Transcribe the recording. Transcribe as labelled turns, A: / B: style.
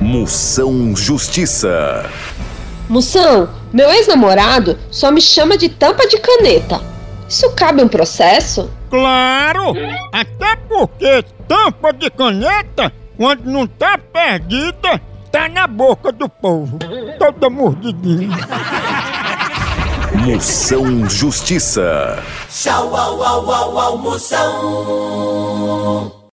A: Moção Justiça.
B: Moção, meu ex-namorado só me chama de tampa de caneta. Isso cabe um processo?
C: Claro! Até porque tampa de caneta, quando não tá perdida, tá na boca do povo. Toda mordidinha.
A: Moção Justiça.
D: Tchau, au, au, au, almoção.